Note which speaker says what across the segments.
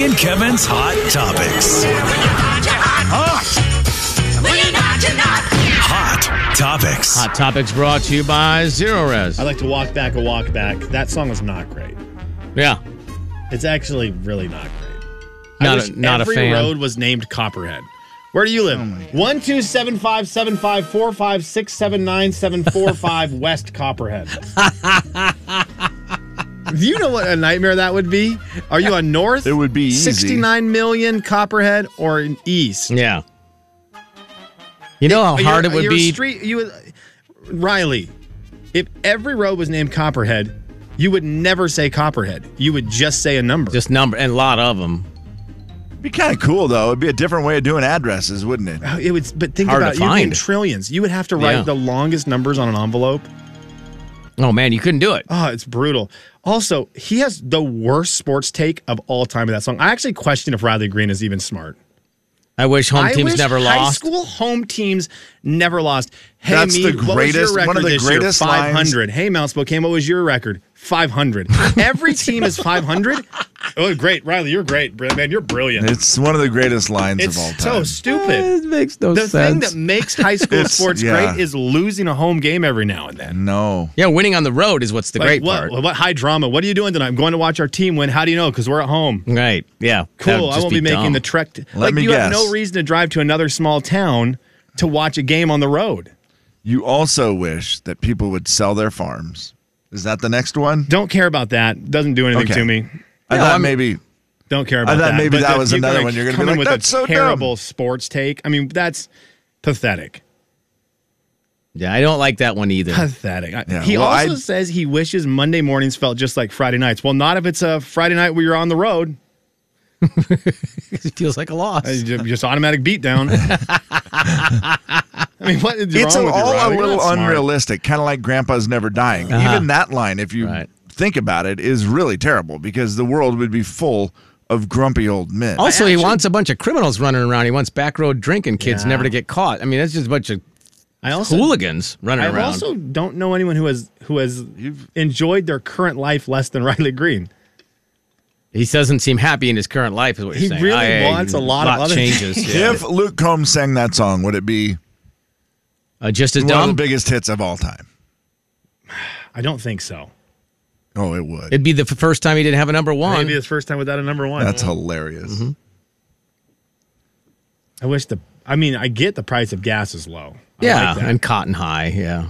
Speaker 1: and Kevin's Hot Topics. Hot Topics.
Speaker 2: Hot topics brought to you by Zero Res.
Speaker 3: I like to walk back a walk back. That song was not great.
Speaker 2: Yeah,
Speaker 3: It's actually really not great.
Speaker 2: Not
Speaker 3: I
Speaker 2: a-
Speaker 3: wish
Speaker 2: not a
Speaker 3: every
Speaker 2: fan.
Speaker 3: road was named Copperhead. Where do you live? One two seven five seven five four five six seven nine seven four five West Copperhead. Do you know what a nightmare that would be? Are you on North?
Speaker 4: It would be easy.
Speaker 3: 69 million Copperhead or in East?
Speaker 2: yeah. You know Oh, how
Speaker 3: But
Speaker 2: hard
Speaker 3: your-
Speaker 2: it would
Speaker 3: your
Speaker 2: be.
Speaker 3: Street, you would, Riley, if every road was named Copperhead, you would never say Copperhead. You would just say a number.
Speaker 2: Just number and a lot of them.
Speaker 4: It'd be kind of cool though. It'd be a different way of doing addresses, wouldn't it?
Speaker 3: Oh, It would, but think
Speaker 2: Hard to
Speaker 3: about it. You're in
Speaker 2: find.
Speaker 3: trillions. You would have to write
Speaker 2: Yeah.
Speaker 3: the longest numbers on an envelope.
Speaker 2: Oh man, you couldn't do it.
Speaker 3: Oh, it's brutal. Also, he has the worst sports take of all time in that song. I actually question if Riley Green is even smart.
Speaker 2: I wish home
Speaker 3: I
Speaker 2: teams
Speaker 3: wish
Speaker 2: never
Speaker 3: high
Speaker 2: lost.
Speaker 3: school home teams never lost. Hey,
Speaker 4: That's
Speaker 3: Meade,
Speaker 4: the
Speaker 3: what was your
Speaker 4: greatest- one
Speaker 3: record
Speaker 4: of the
Speaker 3: this
Speaker 4: greatest
Speaker 3: year?
Speaker 4: lines.
Speaker 3: 500. Hey, Mount Spokane, what was your record? 500. Every team is 500. Oh, great. Riley, you're great. br- Man, you're brilliant.
Speaker 4: It's one of the greatest lines
Speaker 3: It's
Speaker 4: of all
Speaker 3: so
Speaker 4: time.
Speaker 3: stupid.
Speaker 2: makes no
Speaker 3: The thing that makes high school
Speaker 4: It's-
Speaker 3: sports
Speaker 4: yeah.
Speaker 3: great is losing a home game every now and then.
Speaker 4: no.
Speaker 2: yeah, winning on the road is what's the
Speaker 3: Like,
Speaker 2: great
Speaker 3: what,
Speaker 2: part.
Speaker 3: What high drama? What are you doing tonight? I'm going to watch our team win. How do you know? Because we're at home.
Speaker 2: Right. Yeah. that would
Speaker 3: Cool. I
Speaker 2: just
Speaker 3: won't be, making
Speaker 2: dumb.
Speaker 3: the trek. To,
Speaker 4: Let
Speaker 3: like
Speaker 4: me
Speaker 3: you have no
Speaker 4: guess.
Speaker 3: reason to drive to another small town to watch a game on the road.
Speaker 4: You also wish that people would sell their farms. Is that the next one?
Speaker 3: Don't care about that. Doesn't do anything
Speaker 4: Okay.
Speaker 3: to me.
Speaker 4: I
Speaker 2: No,
Speaker 4: thought
Speaker 2: I'm-
Speaker 4: maybe.
Speaker 3: Don't care about
Speaker 4: thought
Speaker 3: that.
Speaker 4: maybe
Speaker 3: But
Speaker 4: that
Speaker 3: if
Speaker 4: was another one. You're gonna be
Speaker 3: come
Speaker 4: like,
Speaker 3: in with
Speaker 4: "That's
Speaker 3: a
Speaker 4: so dumb."
Speaker 3: terrible sports take. I mean, that's pathetic.
Speaker 2: Yeah, I don't like that one either.
Speaker 3: Pathetic. I-
Speaker 4: Yeah,
Speaker 3: he
Speaker 4: well,
Speaker 3: also
Speaker 4: I-
Speaker 3: says he wishes Monday mornings felt just like Friday nights. Well, not if it's a Friday night where you're on the road.
Speaker 2: it feels like a loss.
Speaker 3: It's ju- Just automatic beatdown. I mean, what is
Speaker 4: It's
Speaker 3: wrong with you,
Speaker 4: all
Speaker 3: Riley?
Speaker 4: a
Speaker 3: You're
Speaker 4: little
Speaker 3: not smart.
Speaker 4: unrealistic, kind of like Grandpa's never dying. Even that line, if you
Speaker 2: Right.
Speaker 4: think about it, is really terrible because the world would be full of grumpy old men.
Speaker 2: also, he wants a bunch of criminals running around. He wants back road drinking kids
Speaker 3: Yeah.
Speaker 2: never to get caught. I mean, that's just a bunch of
Speaker 3: I also
Speaker 2: hooligans running
Speaker 3: I
Speaker 2: around.
Speaker 3: also don't know anyone who has who has enjoyed their current life less than Riley Green.
Speaker 2: he doesn't seem happy in his current life, is what you're
Speaker 3: He
Speaker 2: saying.
Speaker 3: really wants a lot of other
Speaker 2: changes. yeah.
Speaker 4: if Luke Combs sang that song, would it be
Speaker 2: Uh, just as
Speaker 4: one of
Speaker 2: dumb.
Speaker 4: the biggest hits of all time?
Speaker 3: I don't think so.
Speaker 4: Oh, it would.
Speaker 2: It'd be the f- first time he didn't have a number one.
Speaker 3: Maybe his first time without a number one.
Speaker 4: That's hilarious.
Speaker 2: Mm-hmm.
Speaker 3: I wish the. I mean, I get the price of gas is low. I
Speaker 2: yeah,
Speaker 3: like that.
Speaker 2: and Cotton High. Yeah.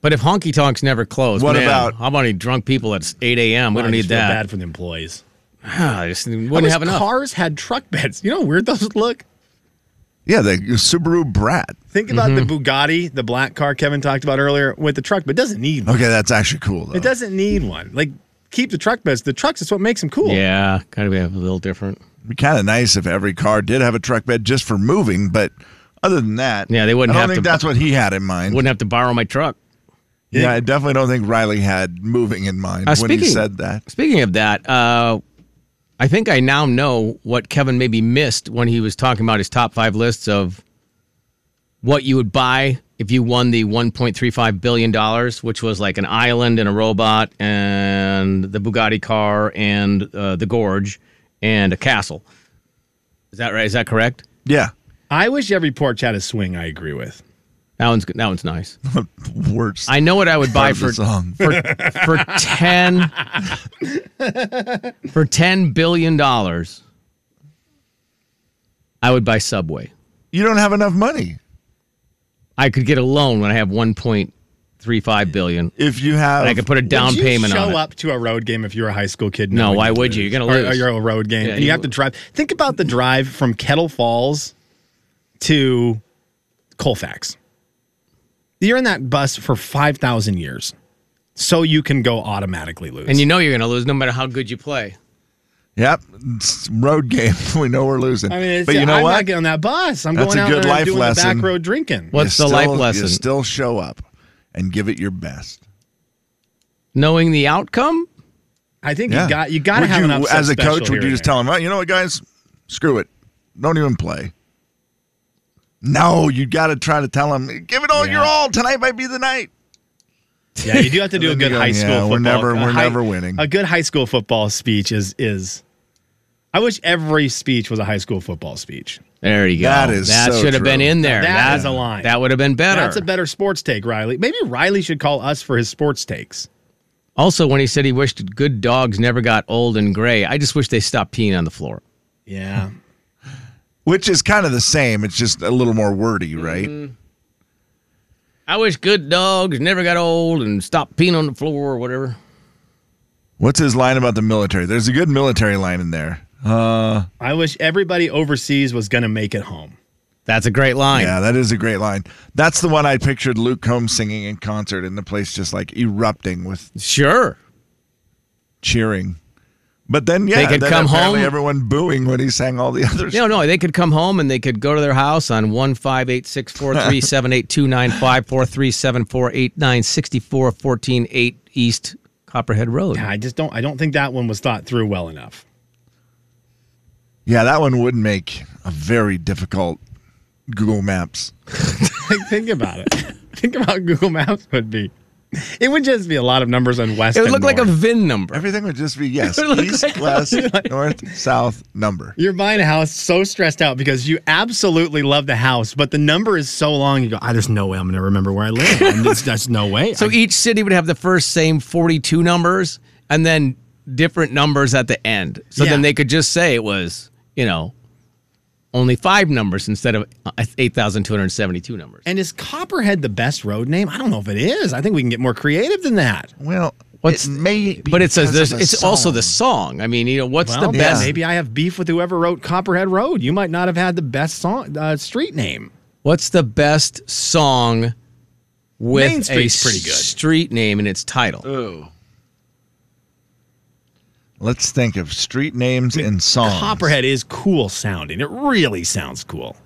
Speaker 2: But if honky tonks never close,
Speaker 4: What
Speaker 2: man,
Speaker 4: about-
Speaker 2: how about any drunk people at 8 a.m.? We
Speaker 3: I
Speaker 2: don't need
Speaker 3: just feel
Speaker 2: that.
Speaker 3: Bad for the employees.
Speaker 2: I just wouldn't
Speaker 3: I wish
Speaker 2: have enough.
Speaker 3: Cars had truck beds. You know how weird those look.
Speaker 4: Yeah, the Subaru Brat.
Speaker 3: Think about
Speaker 2: Mm-hmm.
Speaker 3: the Bugatti, the black car Kevin talked about earlier with the truck, but doesn't need. One.
Speaker 4: Okay, that's actually cool though.
Speaker 3: It doesn't need one. Like keep the truck beds. The trucks is what makes them cool.
Speaker 2: Yeah, kind of be a little different.
Speaker 4: It'd be kind of nice if every car did have a truck bed just for moving, but other than that,
Speaker 2: Yeah, they wouldn't
Speaker 4: I don't
Speaker 2: have
Speaker 4: think
Speaker 2: to-
Speaker 4: that's what he had in mind.
Speaker 2: Wouldn't have to borrow my truck.
Speaker 4: Yeah, I definitely don't think Riley had moving in mind
Speaker 2: Uh,
Speaker 4: when he said that.
Speaker 2: Speaking of that, uh, I think I now know what Kevin maybe missed when he was talking about his top five lists of what you would buy if you won the $1.35 billion, which was like an island and a robot and the Bugatti car and uh, the gorge and a castle. Is that right? Is that correct?
Speaker 4: Yeah,
Speaker 3: I wish every porch had a swing. I agree with.
Speaker 2: That one's good. That one's nice.
Speaker 4: worst.
Speaker 2: I know what I would buy
Speaker 4: of the
Speaker 2: for
Speaker 4: song.
Speaker 2: for for ten for ten billion dollars. I would buy Subway.
Speaker 4: you don't have enough money.
Speaker 2: I could get a loan when I have one point three five billion,
Speaker 4: If you have,
Speaker 2: and I could put a down
Speaker 3: Would you
Speaker 2: payment
Speaker 3: show
Speaker 2: on it.
Speaker 3: up to a road game if you're a high school kid?
Speaker 2: No,
Speaker 3: knowing
Speaker 2: why would you? You're gonna
Speaker 3: Or-
Speaker 2: lose.
Speaker 3: Or you're a road game,
Speaker 2: Yeah,
Speaker 3: and you,
Speaker 2: you
Speaker 3: have to
Speaker 2: would.
Speaker 3: drive. Think about the drive from Kettle Falls to Colfax. You're in that bus for five thousand years, so you can go automatically lose.
Speaker 2: And you know you're going to lose no matter how good you play.
Speaker 4: yep, it's road game. We know we're losing.
Speaker 3: I mean, it's,
Speaker 4: but you know
Speaker 3: I'm
Speaker 4: what?
Speaker 3: not getting on that bus. I'm
Speaker 4: That's
Speaker 3: going
Speaker 4: a
Speaker 3: out
Speaker 4: good
Speaker 3: and
Speaker 4: life
Speaker 3: doing the
Speaker 4: lesson.
Speaker 3: back road drinking.
Speaker 4: You
Speaker 2: What's the life
Speaker 4: still-
Speaker 2: lesson?
Speaker 4: You still show up and give it your best.
Speaker 2: Knowing the outcome?
Speaker 3: I think
Speaker 4: Yeah,
Speaker 3: you got you got to
Speaker 4: Would
Speaker 3: have an
Speaker 4: you-
Speaker 3: upset
Speaker 4: as a
Speaker 3: special
Speaker 4: coach.
Speaker 3: here
Speaker 4: Would you
Speaker 3: and
Speaker 4: just
Speaker 3: there.
Speaker 4: tell them, oh, you know what, guys, screw it, don't even play? No, you got to try to tell them, give it all your
Speaker 3: Yeah.
Speaker 4: all. Tonight might be the night.
Speaker 3: Yeah, you do have to do a
Speaker 4: And then
Speaker 3: good
Speaker 4: you go,
Speaker 3: high school
Speaker 4: "Yeah,
Speaker 3: football.
Speaker 4: we're never-
Speaker 3: a
Speaker 4: we're
Speaker 3: high-
Speaker 4: never winning."
Speaker 3: A good high school football speech is is I wish every speech was a high school football speech.
Speaker 2: There you go.
Speaker 4: That is
Speaker 2: that
Speaker 4: so
Speaker 2: should have been
Speaker 4: true.
Speaker 2: in there.
Speaker 3: That is a line.
Speaker 2: That would have been better.
Speaker 3: That's a better sports take, Riley. Maybe Riley should call us for his sports takes.
Speaker 2: also, when he said he wished good dogs never got old and gray, I just wish they stopped peeing on the floor.
Speaker 3: Yeah.
Speaker 4: Which is kind of the same. It's just a little more wordy,
Speaker 3: Mm-hmm.
Speaker 4: right?
Speaker 2: I wish good dogs never got old and stopped peeing on the floor or whatever.
Speaker 4: What's his line about the military? There's a good military line in there.
Speaker 3: I wish everybody overseas was going to make it home.
Speaker 2: That's a great line.
Speaker 4: Yeah, that is a great line. That's the one I pictured Luke Combs singing in concert and the place just like erupting with
Speaker 2: Sure.
Speaker 4: cheering. But then, yeah,
Speaker 2: They could
Speaker 4: then
Speaker 2: come
Speaker 4: apparently
Speaker 2: home.
Speaker 4: Everyone booing when he sang all the others.
Speaker 2: No, no, they could come home and they could go to their house on one five eight six four three seven eight two nine five four three seven four eight nine sixty four fourteen eight East Copperhead Road.
Speaker 3: I just don't I don't think that one was thought through well enough.
Speaker 4: Yeah, that one would make a very difficult Google Maps.
Speaker 3: Like, think about it. think about Google Maps would be. It would just be a lot of numbers on west.
Speaker 2: It would
Speaker 3: and
Speaker 2: look like a
Speaker 3: north.
Speaker 2: VIN number.
Speaker 4: Everything would just be yes,
Speaker 2: It would look
Speaker 4: east,
Speaker 2: like-
Speaker 4: west, north, south number.
Speaker 3: You're buying a house so stressed out because you absolutely love the house, but the number is so long. You go, ah, there's no way I'm going to remember where I live. I'm just, there's no way.
Speaker 2: So each city would have the first same 42 numbers and then different numbers at the end. So
Speaker 3: Yeah.
Speaker 2: then they could just say it was, you know, only five numbers instead of uh, 8,272 numbers.
Speaker 3: and is Copperhead the best road name? I don't know if it is. I think we can get more creative than that.
Speaker 4: Well,
Speaker 2: What's-
Speaker 4: it may be
Speaker 2: But it says
Speaker 4: because
Speaker 2: there's,
Speaker 4: of
Speaker 2: it's also the
Speaker 4: song.
Speaker 2: song. I mean, you know, what's
Speaker 3: Well,
Speaker 2: the
Speaker 3: yeah,
Speaker 2: best?
Speaker 3: maybe I have beef with whoever wrote Copperhead Road. You might not have had the best song uh, street name.
Speaker 2: What's the best song with
Speaker 3: Main
Speaker 2: a
Speaker 3: Street's pretty good.
Speaker 2: street name in its title?
Speaker 4: Let's think of street names and
Speaker 2: Oh.
Speaker 4: songs.
Speaker 3: Copperhead is cool sounding. It really sounds cool.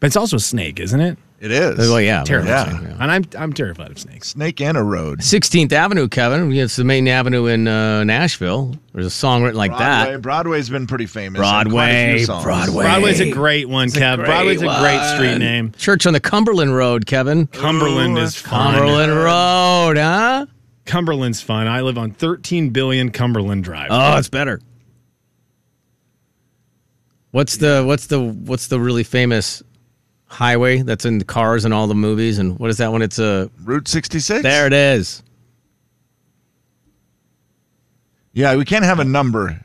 Speaker 3: But it's also a snake, isn't it?
Speaker 4: It is.
Speaker 2: well, Oh, yeah.
Speaker 3: Terrifying.
Speaker 2: yeah.
Speaker 3: And I'm I'm terrified of snakes.
Speaker 4: Snake and a road.
Speaker 2: 16th Avenue, Kevin. It's the main avenue in uh, Nashville. There's a song written like
Speaker 4: Broadway.
Speaker 2: that.
Speaker 4: Broadway's been pretty famous. in
Speaker 2: Broadway,
Speaker 4: quite a few songs.
Speaker 2: Broadway.
Speaker 3: Broadway's a great one, Kev. Broadway's a great street name.
Speaker 2: Church on the Cumberland Road, Kevin.
Speaker 3: Cumberland is fun.
Speaker 2: Cumberland Road, huh?
Speaker 3: Cumberland's fun. I live on 13 billion Cumberland Drive.
Speaker 2: Oh, it's better. What's the what's the what's the really famous highway that's in the cars and all the movies and what is that one? It's a
Speaker 4: Route 66.
Speaker 2: there it is.
Speaker 4: Yeah, we can't have a number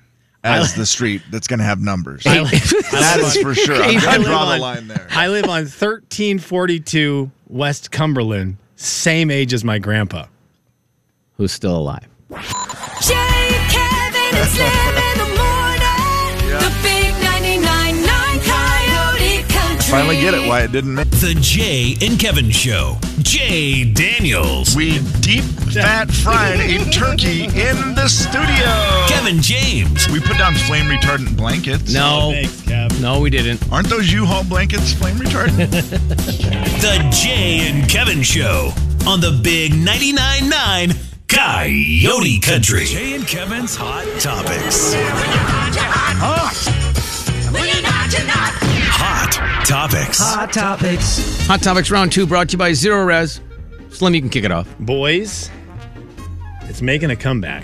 Speaker 4: as the street that's going to have numbers.
Speaker 3: I, li-
Speaker 4: that is for sure. I'm
Speaker 3: I
Speaker 4: going to
Speaker 3: live
Speaker 4: draw the
Speaker 3: on-
Speaker 4: line there.
Speaker 3: I live on 1342 West Cumberland, same age as my grandpa.
Speaker 2: Who's still alive?
Speaker 5: Jay, Kevin, and Slim in the morning. The big 99.9 Coyote Country.
Speaker 4: Finally get it why it didn't make
Speaker 1: The Jay and Kevin Show. Jay Daniels.
Speaker 4: We deep fat fried a turkey in the studio.
Speaker 1: Kevin James.
Speaker 4: We put down flame retardant blankets.
Speaker 2: No,
Speaker 3: Thanks, Kev.
Speaker 2: no, we didn't.
Speaker 4: Aren't those U-Haul blankets flame retardant?
Speaker 1: The Jay and Kevin Show on the Big 99.9 9 Coyote Country. Jay and Kevin's Hot Topics. Hot Topics.
Speaker 2: Hot topics round two brought to you by Zero Res. Slim, you can kick it off.
Speaker 3: Boys, it's making a comeback,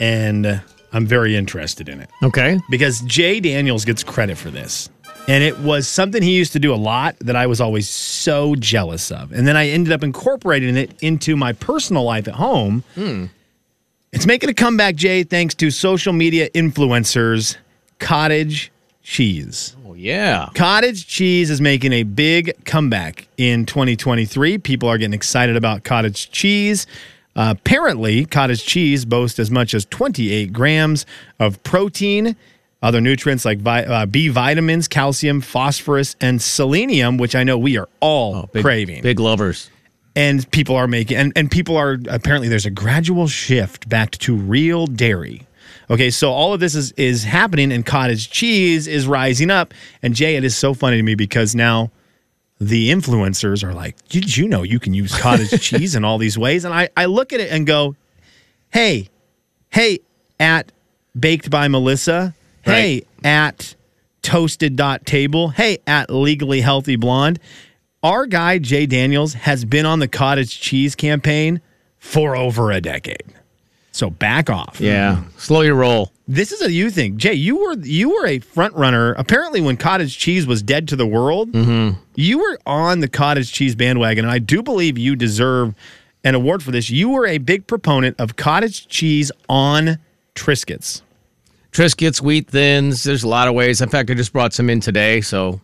Speaker 3: and I'm very interested in it.
Speaker 2: Okay.
Speaker 3: because Jay Daniels gets credit for this. And it was something he used to do a lot that I was always so jealous of. And then I ended up incorporating it into my personal life at home. It's making a comeback, Jay, thanks to social media influencers, cottage cheese.
Speaker 2: Oh yeah.
Speaker 3: Cottage cheese is making a big comeback in 2023. People are getting excited about cottage cheese. Uh, apparently, cottage cheese boasts as much as 28 grams of protein, other nutrients like vi- uh, B vitamins, calcium, phosphorus, and selenium, which I know we are all
Speaker 2: Oh, Big,
Speaker 3: craving
Speaker 2: Big lovers.
Speaker 3: and people are making and, and people are apparently there's a gradual shift back to real dairy okay so all of this is is happening and cottage cheese is rising up and jay it is so funny to me because now the influencers are like did you know you can use cottage cheese in all these ways and i i look at it and go hey hey at baked by melissa hey at toasted.table hey at legally healthy blonde our guy jay daniels has been on the cottage cheese campaign for over a decade So back off.
Speaker 2: Yeah. Slow your roll.
Speaker 3: This is a you thing, Jay. You were you were a front runner. Apparently, when cottage cheese was dead to the world,
Speaker 2: Mm-hmm.
Speaker 3: you were on the cottage cheese bandwagon, and I do believe you deserve an award for this. You were a big proponent of cottage cheese on Triscuits.
Speaker 2: Triscuits, wheat thins. There's a lot of ways. In fact, I just brought some in today. So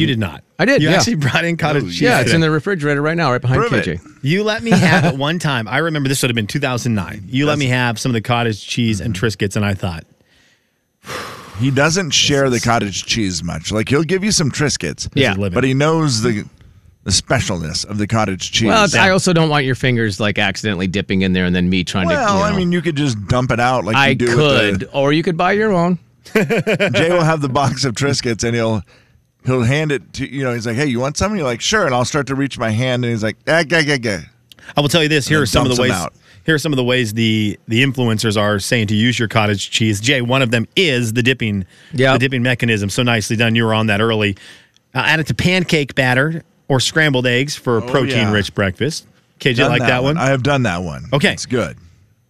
Speaker 3: You did not.
Speaker 2: Mm. I did,
Speaker 3: You
Speaker 2: yeah. Oh,
Speaker 3: actually brought in cottage cheese.
Speaker 2: yeah, it's
Speaker 3: today.
Speaker 2: in the refrigerator right now, right behind
Speaker 4: Prove it.
Speaker 2: KJ.
Speaker 3: You let me have it one time. I remember this would have been 2009. You let me have some of the cottage cheese and Triscuits, and I thought,
Speaker 4: He doesn't share the cottage cheese much. Like he'll give you some Triscuits.
Speaker 2: Yeah.
Speaker 3: is living.
Speaker 4: But he knows the the specialness of the cottage cheese.
Speaker 2: Well, it's- I also don't want your fingers like accidentally dipping in there and then me trying to.
Speaker 4: Well,
Speaker 2: you
Speaker 4: I
Speaker 2: know.
Speaker 4: mean, you could just dump it out like
Speaker 2: I
Speaker 4: you do
Speaker 2: could,
Speaker 4: with
Speaker 2: or you could buy your own.
Speaker 4: the Jay will have the box of Triscuits and he'll he'll hand it to you know, he's like, Hey, you want some? And you're like, sure, and I'll start to reach my hand and he's like, ah, gah, gah, gah.
Speaker 3: I will tell you this. Here
Speaker 4: then
Speaker 3: are some of
Speaker 4: dumps
Speaker 3: the ways.
Speaker 4: 'em out.
Speaker 3: Here are some of the ways the the influencers are saying to use your cottage cheese. Jay, one of them is the dipping.
Speaker 2: Yep.
Speaker 3: The dipping mechanism. So nicely done. You were on that early. Uh, add it to pancake batter or scrambled eggs for a protein rich breakfast. KJ
Speaker 4: Done
Speaker 3: like that, one.
Speaker 4: I have done that one.
Speaker 3: Okay.
Speaker 4: It's good.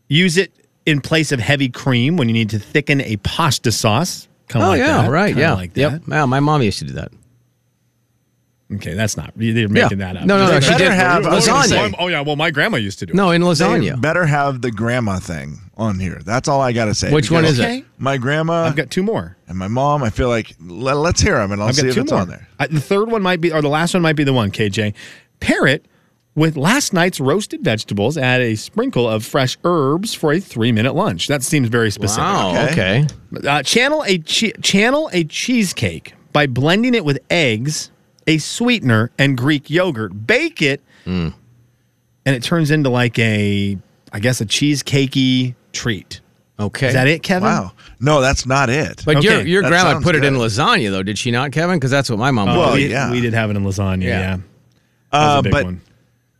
Speaker 3: use it in place of heavy cream when you need to thicken a pasta sauce. Kinda
Speaker 2: Oh
Speaker 3: like
Speaker 2: yeah,
Speaker 3: that.
Speaker 2: right.
Speaker 3: Kinda
Speaker 2: yeah.
Speaker 3: Like that.
Speaker 2: yep. Yeah, my mom used to do that.
Speaker 3: Okay, that's not. You're making
Speaker 2: Yeah.
Speaker 3: that up.
Speaker 2: No, no,
Speaker 4: They
Speaker 2: no. She
Speaker 4: better
Speaker 2: did
Speaker 4: have
Speaker 3: I was gonna say,
Speaker 2: lasagna.
Speaker 3: oh yeah, well my grandma used to do. it.
Speaker 2: No, in
Speaker 4: They
Speaker 2: lasagna.
Speaker 4: better have the grandma thing on here. That's all I gotta say.
Speaker 2: Which one
Speaker 4: Because
Speaker 2: is
Speaker 3: Okay.
Speaker 2: it?
Speaker 4: My grandma
Speaker 3: I've got two more.
Speaker 4: and my mom, I feel like let, let's hear them and I'll
Speaker 3: I've
Speaker 4: see
Speaker 3: got
Speaker 4: if
Speaker 3: two
Speaker 4: it's
Speaker 3: more.
Speaker 4: on there.
Speaker 3: I- the third one might be, or the last one might be the one. KJ, pair it with last night's roasted vegetables. Add a sprinkle of fresh herbs for a three-minute lunch. That seems very specific.
Speaker 2: Wow.
Speaker 4: Okay.
Speaker 2: Okay.
Speaker 3: Uh, channel a che- channel a cheesecake by blending it with eggs, a sweetener, and Greek yogurt. Bake it,
Speaker 2: Hmm.
Speaker 3: and it turns into like a, I guess, a cheesecakey treat.
Speaker 2: Okay.
Speaker 3: Is that it, Kevin?
Speaker 4: Wow. No, that's not it.
Speaker 2: But your
Speaker 3: Okay,
Speaker 2: your
Speaker 4: that
Speaker 2: grandma
Speaker 4: sounds
Speaker 2: put it in
Speaker 4: good.
Speaker 2: lasagna though, did she not, Kevin? Because that's what my mom.
Speaker 4: Well,
Speaker 2: would
Speaker 3: Uh, we,
Speaker 4: yeah.
Speaker 3: we did have it in lasagna. Yeah,
Speaker 2: Yeah.
Speaker 3: That was a
Speaker 4: Uh,
Speaker 3: big
Speaker 4: but
Speaker 3: one.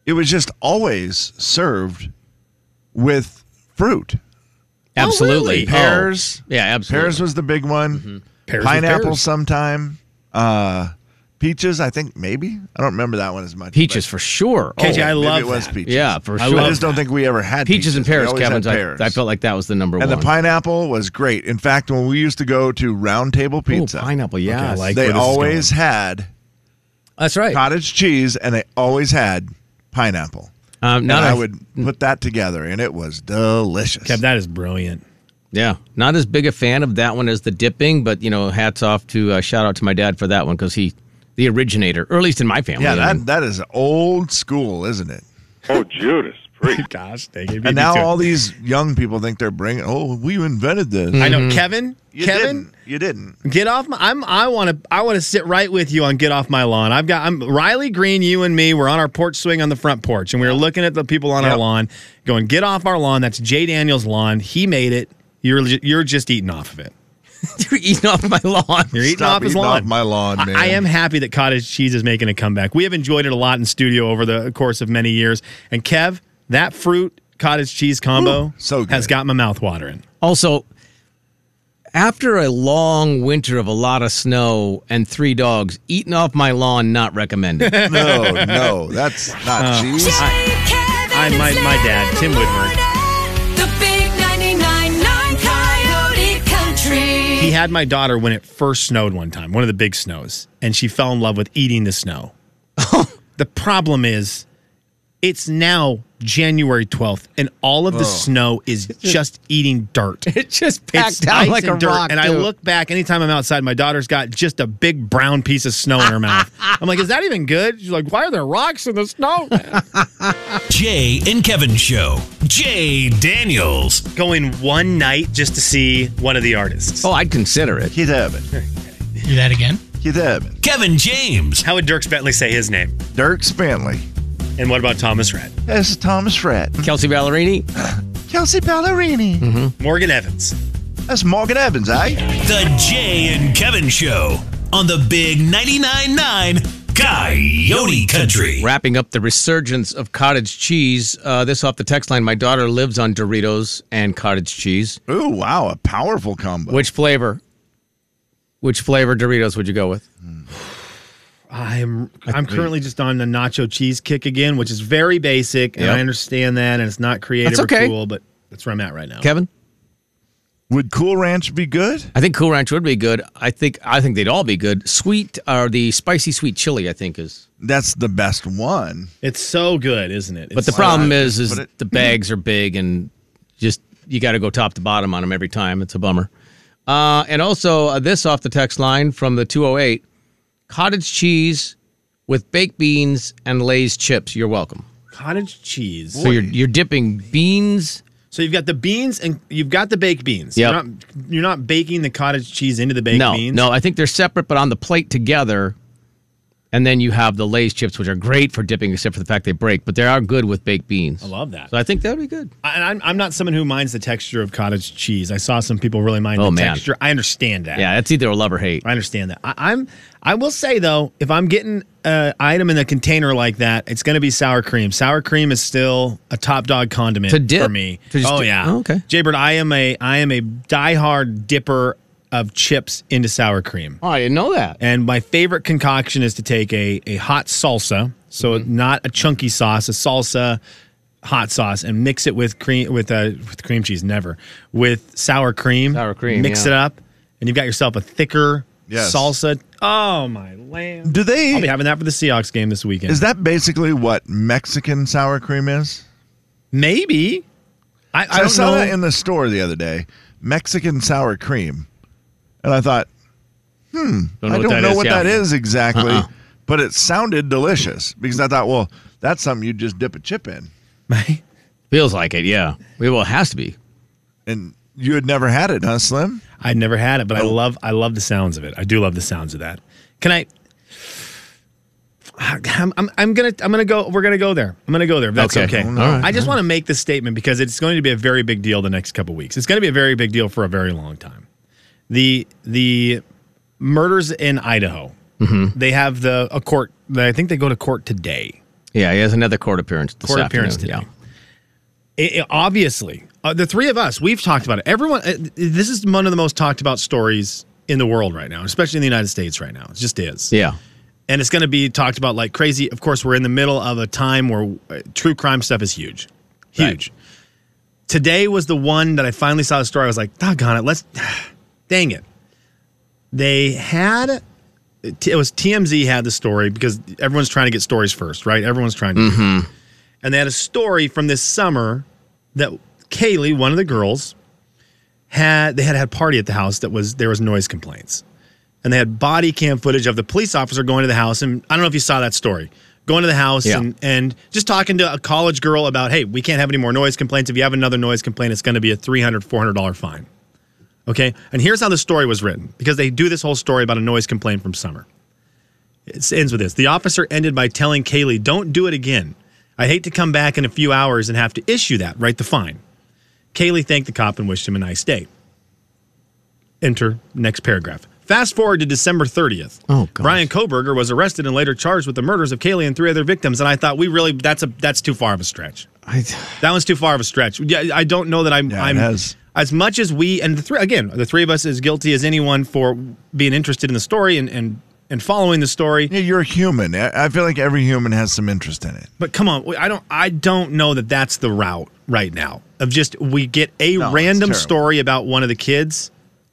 Speaker 4: it was just always served with fruit.
Speaker 3: Oh,
Speaker 2: do. absolutely
Speaker 4: really? Pears.
Speaker 2: Oh, yeah, absolutely.
Speaker 4: Pears was the big one.
Speaker 2: Mm-hmm.
Speaker 3: Pears with
Speaker 4: Pineapple
Speaker 3: pears.
Speaker 4: sometime. Uh, peaches, I think maybe. I don't remember that one as much.
Speaker 2: peaches
Speaker 4: but
Speaker 2: for sure. Oh,
Speaker 3: KJ, I
Speaker 4: maybe
Speaker 3: love
Speaker 4: it was
Speaker 3: that.
Speaker 4: peaches.
Speaker 2: yeah, for
Speaker 3: I
Speaker 2: sure.
Speaker 4: I
Speaker 3: love
Speaker 4: just don't think we ever had
Speaker 2: peaches and
Speaker 4: We
Speaker 2: pears,
Speaker 4: always had
Speaker 2: Kevin's.
Speaker 4: pears.
Speaker 2: I, I felt like that was the number
Speaker 4: and
Speaker 2: one.
Speaker 4: the pineapple was great. In fact, when we used to go to Round Table
Speaker 2: Ooh,
Speaker 4: Pizza,
Speaker 2: pineapple. Yeah,
Speaker 3: I like-
Speaker 4: they
Speaker 3: where this is
Speaker 4: always had
Speaker 2: that's right.
Speaker 4: cottage cheese and they always had pineapple.
Speaker 2: Um,
Speaker 4: and
Speaker 2: not
Speaker 4: I
Speaker 2: a-
Speaker 4: would put that together, and it was delicious.
Speaker 3: Kev, that is brilliant.
Speaker 2: Yeah, not as big a fan of that one as the dipping, but you know, hats off to uh, shout out to my dad for that one because he, the originator, or at least in my family.
Speaker 4: yeah,
Speaker 2: I mean.
Speaker 4: that, that is old school, isn't it?
Speaker 6: Oh, Judas. Preach.
Speaker 3: Gosh, dang it.
Speaker 4: And now all these young people think they're bringing. Oh, we invented this.
Speaker 3: I know, Kevin.
Speaker 4: Mm-hmm. You
Speaker 3: Mm-hmm. Kevin,
Speaker 4: didn't. You didn't.
Speaker 3: Get off my I'm I want to I want to sit right with you on get off my lawn. I've got I'm Riley Green, you and me, we're on our porch swing on the front porch and we were looking at the people on our
Speaker 4: Yep.
Speaker 3: lawn going get off our lawn. That's Jay Daniels' lawn. He made it. You're ju- you're just eating off of it.
Speaker 2: you're eating off my lawn.
Speaker 3: You're eating
Speaker 4: Stop
Speaker 3: off his
Speaker 4: eating
Speaker 3: lawn.
Speaker 4: off my lawn,
Speaker 3: I-
Speaker 4: man.
Speaker 3: I am happy that cottage cheese is making a comeback. We have enjoyed it a lot in studio over the course of many years. And Kev, that fruit cottage cheese combo
Speaker 4: so good.
Speaker 3: has got my mouth watering.
Speaker 2: Also, after a long winter of a lot of snow and three dogs, eating off my lawn not recommended.
Speaker 4: No, no, that's
Speaker 3: Oh.
Speaker 4: not cheese.
Speaker 3: I-
Speaker 5: I,
Speaker 3: my- my dad, Tim Whitmer.
Speaker 5: The big 99.9 Coyote Country.
Speaker 3: He had my daughter when it first snowed one time, one of the big snows, and she fell in love with eating the snow. the problem is, it's now January 12th, and all of the snow is just eating dirt.
Speaker 2: it just
Speaker 3: It's
Speaker 2: packed down
Speaker 3: ice
Speaker 2: like a
Speaker 3: and dirt,
Speaker 2: rock.
Speaker 3: and I
Speaker 2: dude.
Speaker 3: look back anytime I'm outside. My daughter's got just a big brown piece of snow in her mouth. I'm like, "Is that even good?" She's like, "Why are there rocks in the snow?"
Speaker 1: Jay and Kevin Show. Jay Daniels.
Speaker 3: Going one night just to see one of the artists.
Speaker 2: Oh, I'd consider it.
Speaker 4: Keith Urban.
Speaker 7: Do that again.
Speaker 4: Keith Urban.
Speaker 1: Kevin James.
Speaker 3: How would Dirk Bentley say his name?
Speaker 4: Dirk Spantley.
Speaker 3: And what about Thomas Rhett?
Speaker 4: This is Thomas Rhett.
Speaker 2: Kelsey Ballerini.
Speaker 4: Kelsey Ballerini.
Speaker 3: Morgan Evans.
Speaker 4: That's Morgan Evans, eh?
Speaker 1: The Jay and Kevin Show on the Big 99.9 Coyote Country.
Speaker 2: Wrapping up the resurgence of cottage cheese. Uh, this off the text line. My daughter lives on Doritos and cottage cheese.
Speaker 4: Ooh, wow, a powerful combo.
Speaker 2: Which flavor? Which flavor Doritos would you go with?
Speaker 3: I'm I'm currently just on the nacho cheese kick again, which is very basic, and
Speaker 2: Yep.
Speaker 3: I understand that, and it's not creative
Speaker 2: That's okay.
Speaker 3: or cool, but That's where I'm at right now.
Speaker 2: Kevin?
Speaker 4: Would Cool Ranch be good?
Speaker 2: I think Cool Ranch would be good. I think I think they'd all be good. Sweet or the spicy sweet chili, I think is.
Speaker 4: That's the best one.
Speaker 3: It's so good, isn't it?
Speaker 2: But the
Speaker 3: It's-
Speaker 2: problem is, is
Speaker 4: But it-
Speaker 2: the bags are big and just you got to go top to bottom on them every time. It's a bummer. Uh, and also uh, this off the text line from the 208: cottage cheese with baked beans and Lay's chips. You're welcome.
Speaker 3: cottage cheese.
Speaker 2: So you're you're dipping beans.
Speaker 3: So you've got the beans and you've got the baked beans.
Speaker 2: Yep.
Speaker 3: You're not, you're not baking the cottage cheese into the baked
Speaker 2: no,
Speaker 3: beans.
Speaker 2: no, I think they're separate, but on the plate together. And then you have the Lay's chips, which are great for dipping, except for the fact they break. But they are good with baked beans.
Speaker 3: I love that.
Speaker 2: So I think that would be good.
Speaker 3: I- and I'm, I'm not someone who minds the texture of cottage cheese. I saw some people really mind
Speaker 2: Oh,
Speaker 3: the
Speaker 2: man.
Speaker 3: texture. I understand that.
Speaker 2: Yeah, that's either a love or hate.
Speaker 3: I understand that. I, I'm. I will say though, if I'm getting an item in a container like that, it's going to be sour cream. Sour cream is still a top dog condiment
Speaker 2: To dip?
Speaker 3: for me.
Speaker 2: To just
Speaker 3: oh
Speaker 2: dip-
Speaker 3: yeah.
Speaker 2: oh, okay.
Speaker 3: Jaybird, I am a I am a diehard dipper of chips into sour cream.
Speaker 2: Oh, I didn't know that.
Speaker 3: And my favorite concoction is to take a, a hot salsa, so
Speaker 2: Mm-hmm.
Speaker 3: not a chunky sauce, a salsa hot sauce, and mix it with cream with uh, with cream cheese, never with sour cream.
Speaker 2: Sour cream,
Speaker 3: Mix
Speaker 2: yeah.
Speaker 3: it up, and you've got yourself a thicker
Speaker 4: Yes.
Speaker 3: salsa. Oh my lamb!
Speaker 4: Do
Speaker 3: I'll be
Speaker 4: they?
Speaker 3: having that for the Seahawks game this weekend.
Speaker 4: Is that basically what Mexican sour cream is?
Speaker 3: Maybe. I, I
Speaker 4: I,
Speaker 3: don't
Speaker 4: saw
Speaker 3: know.
Speaker 4: that in the store the other day. Mexican sour cream, and I thought I don't know what
Speaker 2: yeah.
Speaker 4: that is exactly,
Speaker 2: Uh-uh.
Speaker 4: but it sounded delicious because I thought, well, that's something you just dip a chip in,
Speaker 2: Feels like it, yeah. Well, it has to be.
Speaker 4: and you had never had it, huh, Slim?
Speaker 3: I'd never had it, but I
Speaker 2: Oh.
Speaker 3: love I love the sounds of it. I do love the sounds of that. Can I? I'm, I'm, I'm gonna I'm gonna go. We're gonna go there. I'm gonna go there. if That's
Speaker 2: Okay.
Speaker 3: okay.
Speaker 2: All right.
Speaker 3: I just want to make this statement because it's going to be a very big deal the next couple weeks. It's going to be a very big deal for a very long time. The the murders in Idaho.
Speaker 2: Mm-hmm.
Speaker 3: They have the a court. I think they go to court today.
Speaker 2: Yeah, he has another court appearance. This
Speaker 3: Court appearance
Speaker 2: afternoon,
Speaker 3: today. It, it- obviously, uh, the three of us, we've talked about it. Everyone, uh, this is one of the most talked about stories in the world right now, especially in the United States right now. It just is.
Speaker 2: Yeah. yeah.
Speaker 3: And it's going to be talked about like crazy. Of course, we're in the middle of a time where uh, true crime stuff is huge. Huge. Today was the one that I finally saw the story. I was like, doggone it. Let's, dang it. They had, it was TMZ had the story because everyone's trying to get stories first, right? Everyone's trying to do and they had a story from this summer that Kaylee, one of the girls, had they had had a party at the house that was there was noise complaints, and they had body cam footage of the police officer going to the house, and I don't know if you saw that story. Going to the house
Speaker 2: Yeah.
Speaker 3: and, and just talking to a college girl about, hey, we can't have any more noise complaints. If you have another noise complaint, it's going to be a $300, $400 fine. Okay. And here's how the story was written because they do this whole story about a noise complaint from Summer. It ends with this The officer ended by telling Kaylee, Don't do it again. I hate to come back in a few hours and have to issue that, write the fine. Kaylee thanked the cop and wished him a nice day. Enter next paragraph. Fast forward to December 30th.
Speaker 2: Oh, gosh.
Speaker 3: Brian Koberger was arrested and later charged with the murders of Kaylee and three other victims. And I thought, we really, that's, a, that's too far of a stretch.
Speaker 2: I,
Speaker 3: That one's too far of a stretch. Yeah, I don't know that I'm.
Speaker 4: Yeah, it
Speaker 3: I'm
Speaker 4: has.
Speaker 3: as much as we and the three again, the three of us as guilty as anyone for being interested in the story and and and following the story.
Speaker 4: Yeah, you're a human. I I feel like every human has some interest in it.
Speaker 3: But come on, I don't I don't know that that's the route right now. Of just we get a
Speaker 4: No, it's
Speaker 3: random
Speaker 4: terrible.
Speaker 3: story about one of the kids,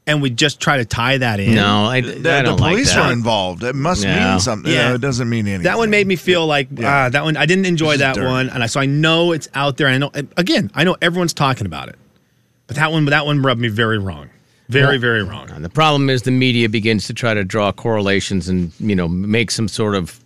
Speaker 3: and we just try to tie that in.
Speaker 2: no, I,
Speaker 4: The,
Speaker 2: I don't
Speaker 4: the
Speaker 2: like
Speaker 4: police
Speaker 2: that.
Speaker 4: were involved. It must
Speaker 2: Yeah.
Speaker 4: mean something.
Speaker 3: Yeah.
Speaker 4: No, it doesn't mean anything.
Speaker 3: That one made me feel like
Speaker 4: Yeah.
Speaker 3: ah, that one. I didn't enjoy
Speaker 4: It's
Speaker 3: that
Speaker 4: just dirty.
Speaker 3: one, and I, so I know it's out there. And I know and again, I know everyone's talking about it, but that one, that one rubbed me very wrong, very,
Speaker 2: Well-
Speaker 3: very wrong.
Speaker 2: And the problem is the media begins to try to draw correlations and you know make some sort of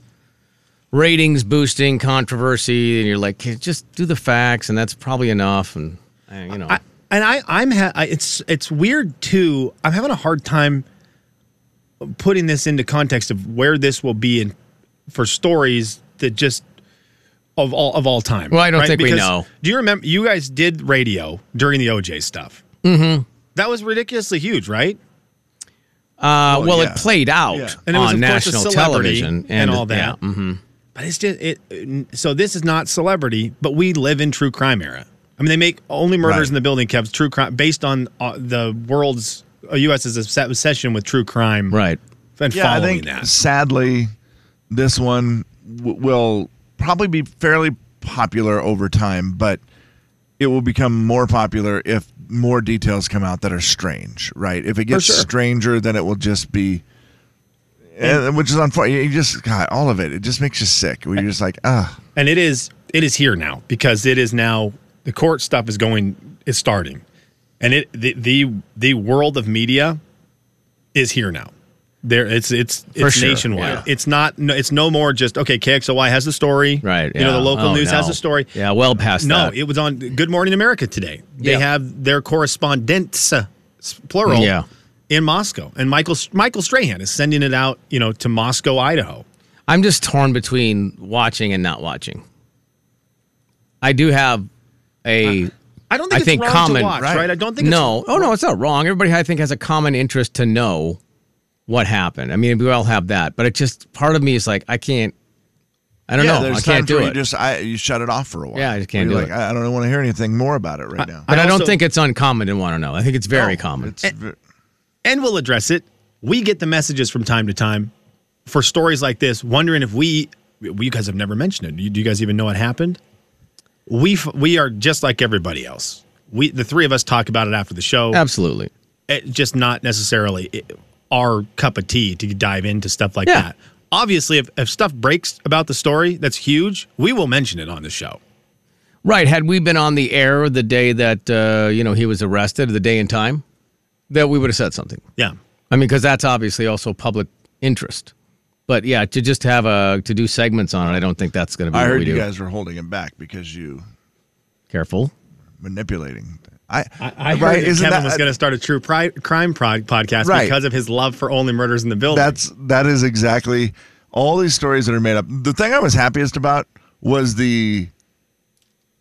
Speaker 2: ratings boosting controversy, and you're like, "Hey, just do the facts, and that's probably enough. And uh, you know,
Speaker 3: I, and I, I'm ha- I, it's it's weird too. I'm having a hard time putting this into context of where this will be in for stories that just of all of all time.
Speaker 2: Well, I don't think we
Speaker 3: Because
Speaker 2: know.
Speaker 3: Do you remember? You guys did radio during the OJ stuff. Mm-hmm. That was ridiculously huge, right?
Speaker 2: uh, well,
Speaker 4: yeah.
Speaker 2: it played out
Speaker 4: Yeah.
Speaker 3: And it was,
Speaker 2: on
Speaker 3: of course, a
Speaker 2: national
Speaker 3: celebrity
Speaker 2: television
Speaker 3: and all that.
Speaker 2: yeah, mhm.
Speaker 3: But it's just it. So this is not celebrity, but we live in true crime era. I mean, they make only murders
Speaker 4: Right.
Speaker 3: in the building, Kev. True crime based on uh, the world's uh, U.S.'s obs- obsession with true crime,
Speaker 2: right.
Speaker 3: And
Speaker 4: Yeah, I
Speaker 3: following
Speaker 4: think
Speaker 3: that.
Speaker 4: sadly, this one w- will probably be fairly popular over time, but it will become more popular if more details come out that are strange, right? If it gets
Speaker 3: sure.
Speaker 4: stranger, then it will just be, and, which is unfortunate. You just God, all of it. It just makes you sick. Where you're just like, ah,
Speaker 3: and it is it is here now because it is now the court stuff is going is starting and it the the, the world of media is here now there it's it's it's
Speaker 2: sure,
Speaker 3: nationwide
Speaker 2: yeah.
Speaker 3: it's not no, it's no more just okay KXOY has the story
Speaker 2: Right.
Speaker 3: you know the
Speaker 2: yeah.
Speaker 3: local
Speaker 2: Oh,
Speaker 3: news has
Speaker 2: no.
Speaker 3: the story
Speaker 2: Yeah, well past
Speaker 3: no
Speaker 2: that.
Speaker 3: it was on Good Morning America today they
Speaker 2: Yeah.
Speaker 3: have their correspondents uh, s- plural
Speaker 2: Yeah.
Speaker 3: in Moscow and Michael Michael Strahan is sending it out you know to Moscow Idaho
Speaker 2: I'm just torn between watching and not watching. I do have a
Speaker 3: I don't think
Speaker 2: I
Speaker 3: it's
Speaker 2: think
Speaker 3: wrong
Speaker 2: common
Speaker 3: to watch right? I don't think it's
Speaker 2: no. oh no, it's not wrong. Everybody I think has a common interest to know what happened. I mean, we all have that, but it just part of me is like I can't. I don't
Speaker 4: yeah,
Speaker 2: know. I
Speaker 4: there's
Speaker 2: can't
Speaker 4: times where
Speaker 2: do
Speaker 4: You
Speaker 2: it.
Speaker 4: just I, you shut it off for a while.
Speaker 2: Yeah, I just can't
Speaker 4: Where you're
Speaker 2: do
Speaker 4: like, I, I don't want to hear anything more about it right now.
Speaker 2: but I, don't
Speaker 3: also-
Speaker 2: think it's uncommon to want to know. I think it's very common.
Speaker 4: It's ve-
Speaker 3: and we'll address it. We get the messages from time to time for stories like this, wondering if we, we you guys have never mentioned it. Do you, do you guys even know what happened? We f- we are just like everybody else. We the three of us talk about it after the show.
Speaker 2: Absolutely.
Speaker 3: It just not necessarily i- our cup of tea to dive into stuff like
Speaker 2: Yeah.
Speaker 3: that. Obviously, if, if stuff breaks about the story that's huge, we will mention it on the show.
Speaker 2: Right. Had we been on the air the day that uh, you know he was arrested, the day and time, that we would have said something.
Speaker 3: Yeah.
Speaker 2: I mean, because that's obviously also public interest. But yeah, to just have a to do segments on it, I don't think that's going to be.
Speaker 4: I
Speaker 2: what we
Speaker 4: heard
Speaker 2: do.
Speaker 4: you guys were holding him back because you
Speaker 2: Careful.
Speaker 4: manipulating. I
Speaker 3: I, I heard
Speaker 4: right,
Speaker 3: that
Speaker 4: isn't
Speaker 3: Kevin
Speaker 4: that- uh,
Speaker 3: was going to start a true pri- crime prod- podcast
Speaker 4: Right.
Speaker 3: because of his love for Only Murders in the Building.
Speaker 4: That's that is exactly all these stories that are made up. The thing I was happiest about was the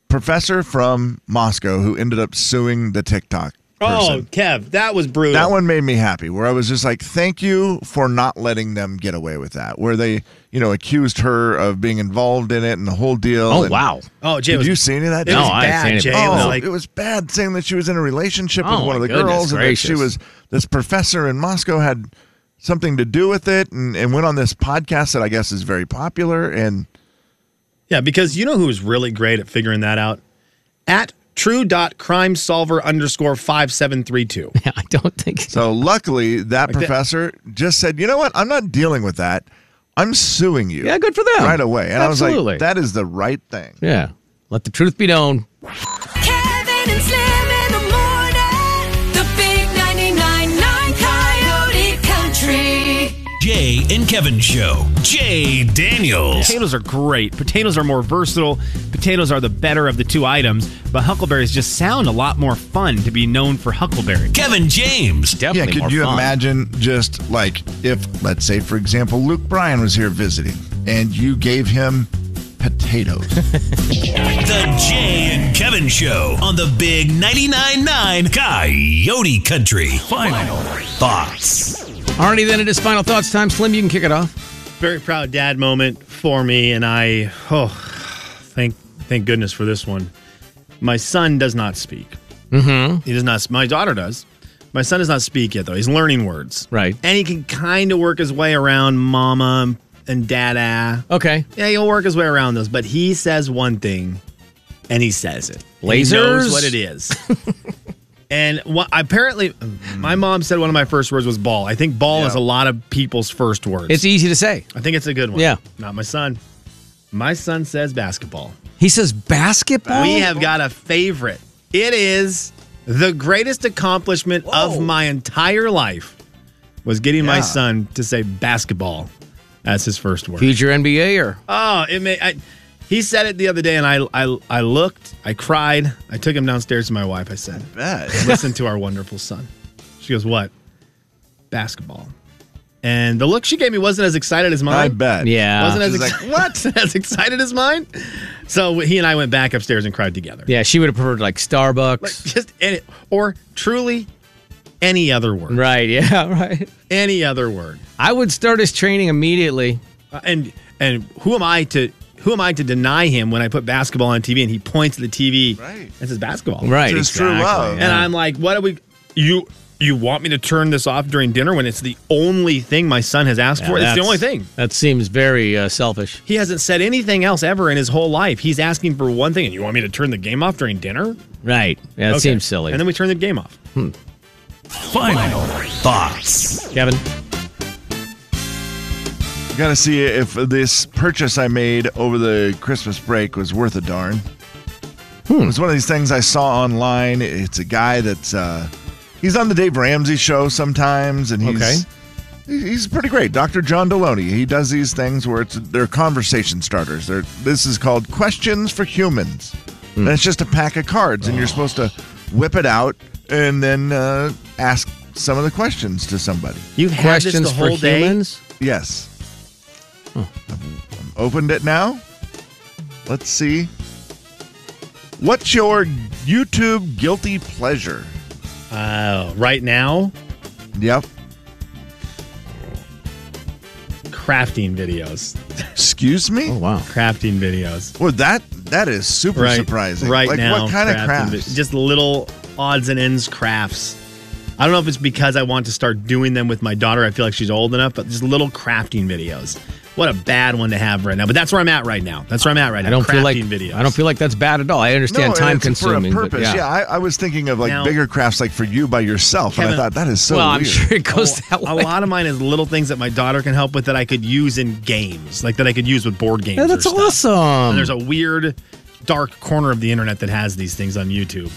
Speaker 4: professor from Moscow who ended up suing the TikTok.
Speaker 3: Oh,
Speaker 4: Person.
Speaker 3: Kev, that was brutal.
Speaker 4: That one made me happy where I was just like, thank you for not letting them get away with that. Where they, you know, accused her of being involved in it and the whole deal.
Speaker 2: Oh
Speaker 4: and-
Speaker 2: wow.
Speaker 3: Oh, Jay,
Speaker 4: Did
Speaker 3: it was,
Speaker 4: you see any of that?
Speaker 3: it
Speaker 4: No,
Speaker 3: was
Speaker 2: I ain't
Speaker 3: bad,
Speaker 2: seen it.
Speaker 3: Jay.
Speaker 4: Oh,
Speaker 3: it was like,
Speaker 4: bad saying that she was in a relationship
Speaker 2: Oh,
Speaker 4: with one of
Speaker 2: my
Speaker 4: the
Speaker 2: goodness
Speaker 4: girls and that she
Speaker 2: gracious.
Speaker 4: was this professor in Moscow had something to do with it and, and went on this podcast that I guess is very popular and
Speaker 3: yeah, because you know who's really great at figuring that out? At true.crimesolver underscore 5732.
Speaker 2: I don't think.
Speaker 4: so luckily that professor just said, you know what, I'm not dealing with that. I'm suing you.
Speaker 2: Yeah, good for them.
Speaker 4: Right away. And I was
Speaker 2: Absolutely.
Speaker 4: like, that is the right thing.
Speaker 2: Yeah. Let the truth be known.
Speaker 5: Kevin and Slim in the morning. The big 99.9 Coyote Country.
Speaker 1: Jay and Kevin Show. Jay Daniels.
Speaker 7: Potatoes are great. Potatoes are more versatile. Potatoes are the better of the two items, but huckleberries just sound a lot more fun to be known for huckleberry.
Speaker 1: Kevin James.
Speaker 2: Definitely.
Speaker 4: yeah,
Speaker 2: more
Speaker 4: could you
Speaker 2: fun.
Speaker 4: imagine just like if, let's say, for example, Luke Bryan was here visiting and you gave him potatoes?
Speaker 1: The Jay and Kevin Show on the Big 99.9 Coyote Country. Final thoughts.
Speaker 2: Alrighty, then it is final thoughts time. Slim, you can kick it off.
Speaker 3: Very proud dad moment for me, and I, oh, thank thank goodness for this one. My son does not speak. Mm-hmm. He does not. My daughter does. My son does not speak yet, though. He's learning words.
Speaker 2: Right.
Speaker 3: And he can kind of work his way around mama and dada.
Speaker 2: Okay.
Speaker 3: Yeah, he'll work his way around those, but he says one thing, and he says it.
Speaker 2: Lasers?
Speaker 3: He knows what it is. and wha- apparently, my mom said one of my first words was ball. I think ball is a lot of people's first words.
Speaker 2: It's easy to say.
Speaker 3: I think it's a good one.
Speaker 2: Yeah.
Speaker 3: Not my son. My son says basketball.
Speaker 2: He says
Speaker 4: Oh.
Speaker 2: basketball.
Speaker 3: We have got a favorite. It is the greatest accomplishment of my entire life was getting my
Speaker 4: Yeah.
Speaker 3: son to say basketball as his first word.
Speaker 2: future NBA or
Speaker 3: Oh, it may. I, he said it the other day, and I, I, I looked, I cried, I took him downstairs to my wife. I said, "Listen to our wonderful son." She goes, "What? Basketball." And the look she gave me wasn't as excited as mine.
Speaker 4: I bet.
Speaker 2: yeah.
Speaker 3: Wasn't as
Speaker 4: She's
Speaker 3: ex-
Speaker 4: like,
Speaker 3: what as excited as mine. So he and I went back upstairs and cried together.
Speaker 2: yeah, she would have preferred like Starbucks.
Speaker 3: Like just any, or truly any other word,
Speaker 2: right. Yeah. Right.
Speaker 3: any other word.
Speaker 2: I would start his training immediately.
Speaker 3: Uh, and and who am I to who am I to deny him when I put basketball on TV and he points at the TV
Speaker 4: Right. Oh.
Speaker 3: and says basketball.
Speaker 2: Right.
Speaker 4: It's his true
Speaker 2: exactly,
Speaker 4: love.
Speaker 2: yeah.
Speaker 3: And I'm like, what are we you you want me to turn this off during dinner when it's the only thing my son has asked for? It's the
Speaker 2: That's-
Speaker 3: only thing.
Speaker 2: That seems very uh, selfish.
Speaker 3: He hasn't said anything else ever in his whole life. He's asking for one thing, and you want me to turn the game off during dinner?
Speaker 2: Right. Yeah, that
Speaker 3: Okay.
Speaker 2: seems silly.
Speaker 3: And then we turn the game off.
Speaker 1: Final thoughts.
Speaker 2: Kevin,
Speaker 4: Gotta see if this purchase I made over the Christmas break was worth a darn. It was one of these things I saw online. It's a guy that's uh, he's on the Dave Ramsey show sometimes, and he's
Speaker 2: Okay.
Speaker 4: he's pretty great. Dr. John Deloney. He does these things where it's they're conversation starters. They're, this is called Questions for Humans, and it's just a pack of cards, and you're supposed to whip it out and then uh, ask some of the questions to somebody.
Speaker 3: You've had this
Speaker 2: questions
Speaker 3: the whole
Speaker 2: for
Speaker 3: day.
Speaker 2: humans?
Speaker 4: Yes. I've opened it now. Let's see. What's your YouTube guilty pleasure?
Speaker 3: Uh, right now,
Speaker 4: Yep.
Speaker 3: crafting videos.
Speaker 4: Excuse me?
Speaker 2: Oh, wow.
Speaker 3: Crafting videos.
Speaker 4: Well, that that is super
Speaker 3: Right.
Speaker 4: surprising.
Speaker 3: Right
Speaker 4: like
Speaker 3: now.
Speaker 4: what kind of
Speaker 3: crafting vi-
Speaker 4: crafts?
Speaker 3: just little odds and ends crafts. I don't know if it's because I want to start doing them with my daughter. I feel like she's old enough, but just little crafting videos. What a bad one to have right now. But that's where I'm at right now. That's where I'm at right now.
Speaker 2: I don't
Speaker 3: crafting
Speaker 2: feel like
Speaker 3: videos.
Speaker 2: I don't feel like that's bad at all. I understand
Speaker 4: and
Speaker 2: time
Speaker 4: it's
Speaker 2: consuming.
Speaker 4: for a
Speaker 2: but
Speaker 4: purpose. yeah, I, I was thinking of like
Speaker 3: Now-
Speaker 4: bigger crafts, like for you by yourself, and I
Speaker 3: Kevin-
Speaker 4: thought that is so
Speaker 2: well,
Speaker 4: weird.
Speaker 2: I'm sure it goes that
Speaker 3: a
Speaker 2: way.
Speaker 3: lot of mine is little things that my daughter can help with that I could use in games, like that I could use with board games.
Speaker 2: Yeah,
Speaker 3: or
Speaker 2: that's
Speaker 3: stuff.
Speaker 2: awesome.
Speaker 3: And there's a weird, dark corner of the internet that has these things on YouTube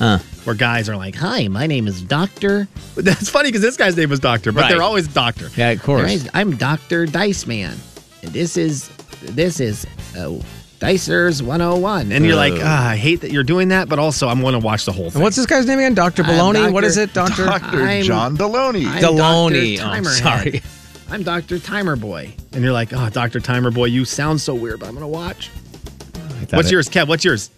Speaker 3: where guys are like, "Hi, my name is Doctor." That's funny because this guy's name was Doctor, but
Speaker 2: Right.
Speaker 3: they're always Doctor.
Speaker 2: yeah, of course.
Speaker 8: Guys, I'm Dr. Dice Man. And This is this is uh, Dicers 101.
Speaker 3: And you're like,
Speaker 2: Ugh.
Speaker 3: ah, I hate that you're doing that, but also I'm going to watch the whole thing.
Speaker 2: And what's this guy's name again? Dr.
Speaker 8: I'm
Speaker 2: Baloney? What
Speaker 8: Dr.
Speaker 2: is it, Doctor?
Speaker 4: Dr.
Speaker 8: I'm-
Speaker 4: John Deloney.
Speaker 8: I'm
Speaker 2: Deloney.
Speaker 8: Dr.
Speaker 2: Oh, I'm
Speaker 8: Timerhead.
Speaker 2: sorry.
Speaker 8: I'm Dr. Timer Boy.
Speaker 3: and you're like, oh, Doctor Timer Boy, you sound so weird, but I'm going to watch.
Speaker 2: Got
Speaker 3: What's
Speaker 2: it.
Speaker 3: yours, Kev? What's yours?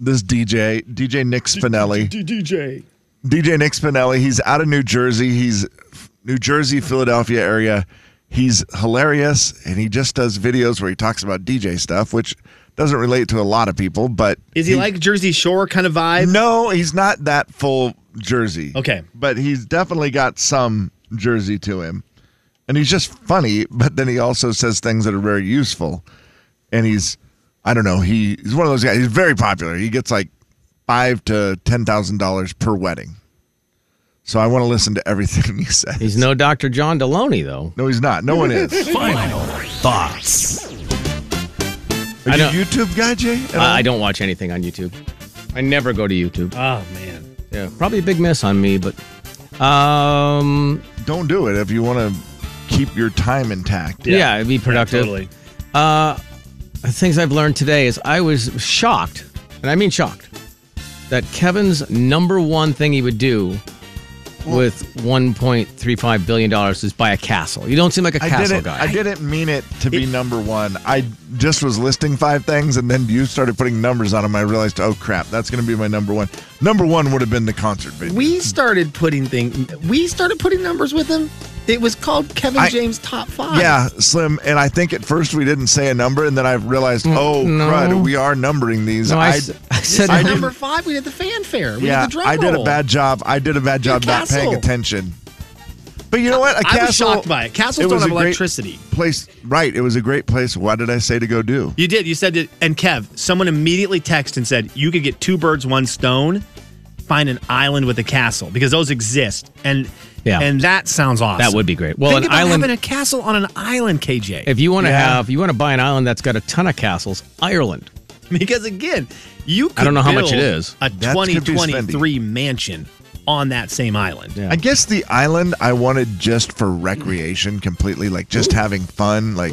Speaker 4: this DJ, DJ Nick Spinelli.
Speaker 3: DJ.
Speaker 4: DJ Nick Spinelli. He's out of New Jersey. He's New Jersey, Philadelphia area. He's hilarious, and he just does videos where he talks about DJ stuff, which doesn't relate to a lot of people. But
Speaker 3: Is he, like Jersey Shore kind of vibe?
Speaker 4: No, he's not that full Jersey.
Speaker 3: Okay.
Speaker 4: but he's definitely got some Jersey to him, and he's just funny. But then he also says things that are very useful, and he's I don't know. He, he's one of those guys. He's very popular. He gets like five to ten thousand dollars per wedding. So I want to listen to everything he says.
Speaker 2: He's no Dr. John Deloney, though.
Speaker 4: no, he's not. No one is.
Speaker 1: Final thoughts.
Speaker 4: Are you
Speaker 2: I
Speaker 4: a
Speaker 2: don't-
Speaker 4: YouTube guy, Jay? at
Speaker 2: I-
Speaker 4: all?
Speaker 2: I don't watch anything on YouTube. I never go to YouTube.
Speaker 1: Ah.
Speaker 3: Oh man.
Speaker 2: Yeah, probably a big miss on me, but um,
Speaker 4: Don't do it if you want to keep your time intact.
Speaker 2: yeah, it'd be productive.
Speaker 3: Totally.
Speaker 2: The things I've learned today is I was shocked, and I mean shocked, that Kevin's number one thing he would do with $1.35 billion is buy a castle. You don't seem like a
Speaker 4: I
Speaker 2: castle
Speaker 4: didn't.
Speaker 2: guy.
Speaker 4: I didn't mean it to be number one. I just was listing five things, and then you started putting numbers on them. I realized, oh crap, that's going to be my number one. Number one would have been the concert video.
Speaker 8: We started putting thing we started putting numbers with him. It was called Kevin
Speaker 4: I-
Speaker 8: James Top 5.
Speaker 4: yeah, Slim, and I think at first we didn't say a number, and then I realized, oh
Speaker 2: no.
Speaker 4: crud, we are numbering these.
Speaker 2: No, I s- I said
Speaker 4: I
Speaker 8: Number
Speaker 4: didn't,
Speaker 8: 5 we did the fanfare. We
Speaker 4: yeah,
Speaker 8: did the drum
Speaker 4: I did a
Speaker 8: roll.
Speaker 4: bad job. I did a bad
Speaker 8: Your
Speaker 4: job not paying
Speaker 8: castle.
Speaker 4: attention. But you know what? A
Speaker 3: I was
Speaker 4: castle.
Speaker 3: shocked by it. Castles
Speaker 4: it
Speaker 3: don't
Speaker 4: was
Speaker 3: have
Speaker 4: a great
Speaker 3: electricity.
Speaker 4: Place right. It was a great place. What did I say to go do?
Speaker 3: You did. You said it. And Kev, someone immediately texted and said you could get two birds, one stone. Find an island with a castle because those exist, and
Speaker 2: Yeah.
Speaker 3: and that sounds awesome.
Speaker 2: that would be great. Well, an
Speaker 3: Think about
Speaker 2: island.
Speaker 3: having a castle on an island, KJ.
Speaker 2: if you want to
Speaker 4: Yeah.
Speaker 2: have, you want to buy an island that's got a ton of castles, Ireland.
Speaker 3: because again, you. Could
Speaker 2: I don't know how much
Speaker 3: build
Speaker 2: it is.
Speaker 3: A
Speaker 4: That could be spendy.
Speaker 3: twenty twenty three mansion on that same island.
Speaker 2: Yeah.
Speaker 4: I guess the island I wanted just for recreation completely, like just having fun, like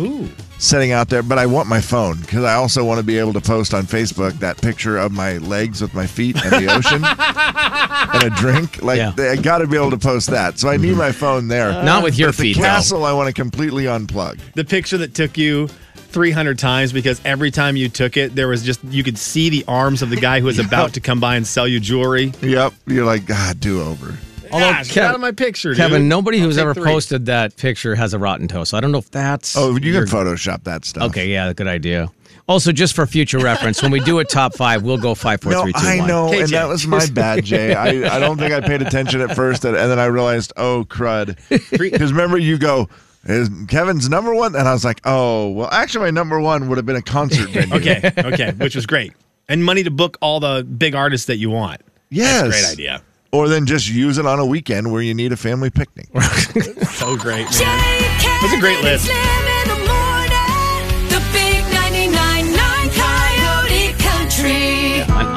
Speaker 4: setting out there. But I want my phone because I also want to be able to post on Facebook that picture of my legs with my feet and the ocean and a drink. Like,
Speaker 2: Yeah. Mm-hmm.
Speaker 4: I got to be able to post that. So I need my phone there.
Speaker 2: Not with your
Speaker 4: But
Speaker 2: feet,
Speaker 4: The
Speaker 2: though.
Speaker 4: castle I want to completely unplug.
Speaker 3: The picture that took you. 300 times because every time you took it, there was just, you could see the arms of the guy who was about to come by and sell you jewelry.
Speaker 4: Yep. You're like, God, "Ah, do over.
Speaker 2: Although
Speaker 3: Gosh,
Speaker 2: Kev-
Speaker 3: get out of my picture,
Speaker 2: Kevin,
Speaker 3: dude.
Speaker 2: nobody
Speaker 3: I'll
Speaker 2: who's
Speaker 3: take
Speaker 2: ever
Speaker 3: three.
Speaker 2: posted that picture has a rotten toe, so I don't know if that's.
Speaker 4: Oh, you
Speaker 2: your-
Speaker 4: can Photoshop that stuff.
Speaker 2: Okay, yeah, good idea. Also, just for future reference, when we do a top five, we'll go five, four,
Speaker 4: No,
Speaker 2: three, two, one.
Speaker 4: I know, and
Speaker 3: KJ.
Speaker 4: that was my bad, Jay. I, I don't think I paid attention at first, and, and then I realized, oh crud, because remember you go. Is Kevin's number one? And I was like, oh, well, actually, my number one would have been a concert venue.
Speaker 3: Okay, okay, which was great. And money to book all the big artists that you want.
Speaker 4: Yes.
Speaker 3: Great idea.
Speaker 4: Or then just use it on a weekend where you need a family picnic.
Speaker 3: So great.
Speaker 5: Jay, Kevin,
Speaker 3: That's a great
Speaker 5: and
Speaker 3: list.
Speaker 5: Slim